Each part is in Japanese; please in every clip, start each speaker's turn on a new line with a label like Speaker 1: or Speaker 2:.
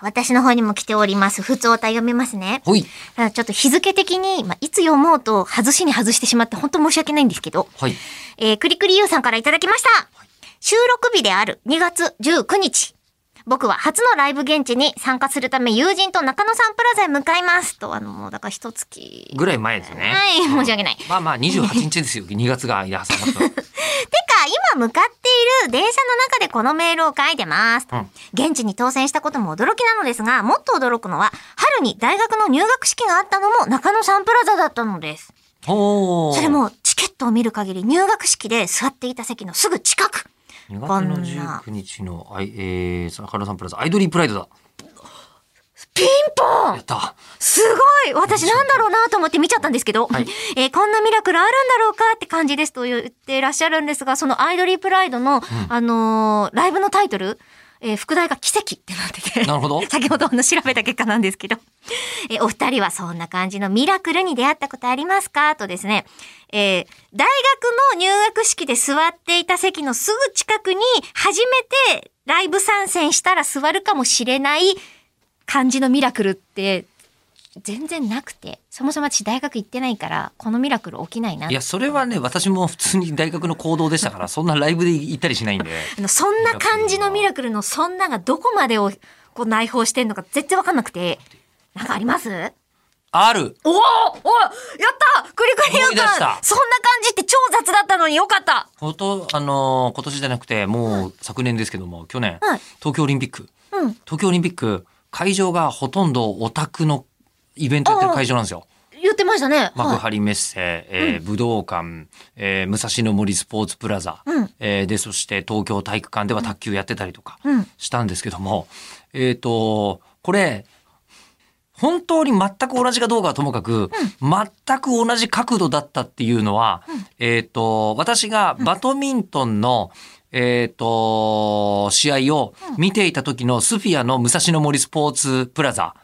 Speaker 1: 私の方にも来ております。普通おた読みますね。
Speaker 2: ほい。
Speaker 1: ただちょっと日付的に、まあ、いつ読もうと外しに外してしまって本当申し訳ないんですけど、
Speaker 2: はい。
Speaker 1: えー、くりくりゆうさんからいただきました。収録日である2月19日。僕は初のライブ現地に参加するため友人と中野サンプラザへ向かいます。と、あの、もうだから一月。
Speaker 2: ぐらい前ですね。
Speaker 1: はい
Speaker 2: うん
Speaker 1: 申し訳ない
Speaker 2: まあまあ、28 日ですよ。2月が間挟まった。
Speaker 1: てか、今向かっている電車の中でこのメールを書いて ます。
Speaker 2: うん
Speaker 1: 現地に当選したことも驚きなのですが、もっと驚くのは、春に大学の入学式があったのも中野サンプラザだったのです。
Speaker 2: おー
Speaker 1: それ。もチケットを見る限り入学式で座っていた席のすぐ近く。
Speaker 2: 2
Speaker 1: こ
Speaker 2: 月
Speaker 1: ん
Speaker 2: の
Speaker 1: な
Speaker 2: 19日の、あいえー、中野サンプラザ、アイドリープライドだ。
Speaker 1: ピンポ
Speaker 2: や
Speaker 1: ン
Speaker 2: った。
Speaker 1: すごい私なんだろうなと思って見ちゃったんですけど、
Speaker 2: はい
Speaker 1: えーこんなミラクルあるんだろうかって感じですと言ってらっしゃるんですが、そのアイドリープライドの、あのーライブのタイトル、えー副題が奇跡ってなってて。
Speaker 2: なるほ ど。。
Speaker 1: 先ほどの調べた結果なんですけど。 え、お二人はそんな感じのミラクルに出会ったことありますかとですね。えー大学の入学式で座っていた席のすぐ近くに初めてライブ参戦したら座るかもしれない感じのミラクルって全然なくて。そもそも私大学行ってないから、このミラクル起きないない
Speaker 2: や、それはね、私も普通に大学の行動でしたから、そんなライブで行ったりしないんで。
Speaker 1: あのそんな感じのミラクルのそんながどこまでをこう内包してんのか絶対わかんなくて。なんかあります
Speaker 2: ある
Speaker 1: おおおやったクリクリ
Speaker 2: 思い出
Speaker 1: よ
Speaker 2: し
Speaker 1: か
Speaker 2: た
Speaker 1: そんな感じって超雑だったのによかった
Speaker 2: こと、あのー今年じゃなくて、もう昨年ですけども、去年、
Speaker 1: はい
Speaker 2: 東京オリンピック。
Speaker 1: うん。
Speaker 2: 東京オリンピック、会場がほとんどオタクのイベントやってる会場なんですよ。
Speaker 1: 言ってましたね。
Speaker 2: 幕
Speaker 1: はい
Speaker 2: 張メッセ、えー武道館、えー武蔵野森スポーツプラザ、
Speaker 1: うん
Speaker 2: えーで、そして東京体育館では卓球やってたりとか
Speaker 1: うん
Speaker 2: したんですけども、えっ、と、これ、本当に全く同じかどうかはともかく、全く同じ角度だったっていうのは、えっ、と、私がバドミントンの、えっ、と、試合を見ていた時のスフィアの武蔵野森スポーツプラザ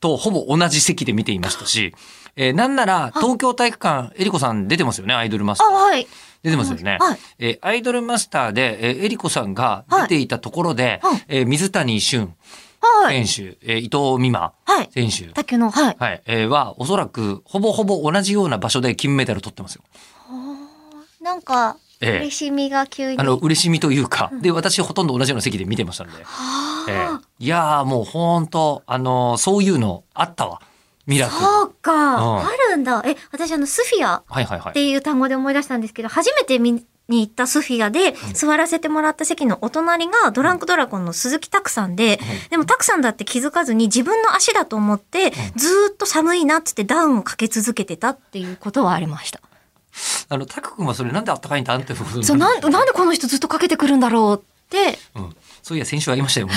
Speaker 2: とほぼ同じ席で見ていましたし、えーなんなら東京体育館、えりこさん出てますよね、アイドルマスタ
Speaker 1: あ、
Speaker 2: ー。
Speaker 1: はい。
Speaker 2: 出てますよね。
Speaker 1: はい
Speaker 2: えーアイドルマスターで、えーえりこさんが出ていたところで、
Speaker 1: はいはい
Speaker 2: えー水谷俊
Speaker 1: はい。
Speaker 2: 選手、えー伊藤美誠
Speaker 1: はい。
Speaker 2: 選手、
Speaker 1: 卓球の、はい。
Speaker 2: はい、えーは、おそらく、ほぼほぼ同じような場所で金メダル取ってますよ。
Speaker 1: なんか、
Speaker 2: ええ
Speaker 1: 嬉しみが急に。
Speaker 2: あの、嬉しみというか、で、私ほとんど同じような席で見てましたので。
Speaker 1: はあ
Speaker 2: えーいやーもうほんと、あのーそういうのあったわ。ミラクル。は
Speaker 1: そうか、
Speaker 2: うん
Speaker 1: あるんだ。え、私あの、スフィア
Speaker 2: いはいは
Speaker 1: っ
Speaker 2: い。
Speaker 1: ていう単語で思い出したんですけど、初めて見に行ったスフィアで、座らせてもらった席のお隣がドランクドラゴンの鈴木拓さんで、でも拓さんだって気づかずに自分の足だと思って、ずーっと寒いなっつってダウンをかけ続けてたっていうことはありました。
Speaker 2: あの、タク君はそれなんであったかいんだってことに
Speaker 1: そう、なん、なんでこの人ずっとかけてくるんだろうって、
Speaker 2: うん。そういや、先週ありましたよ、もう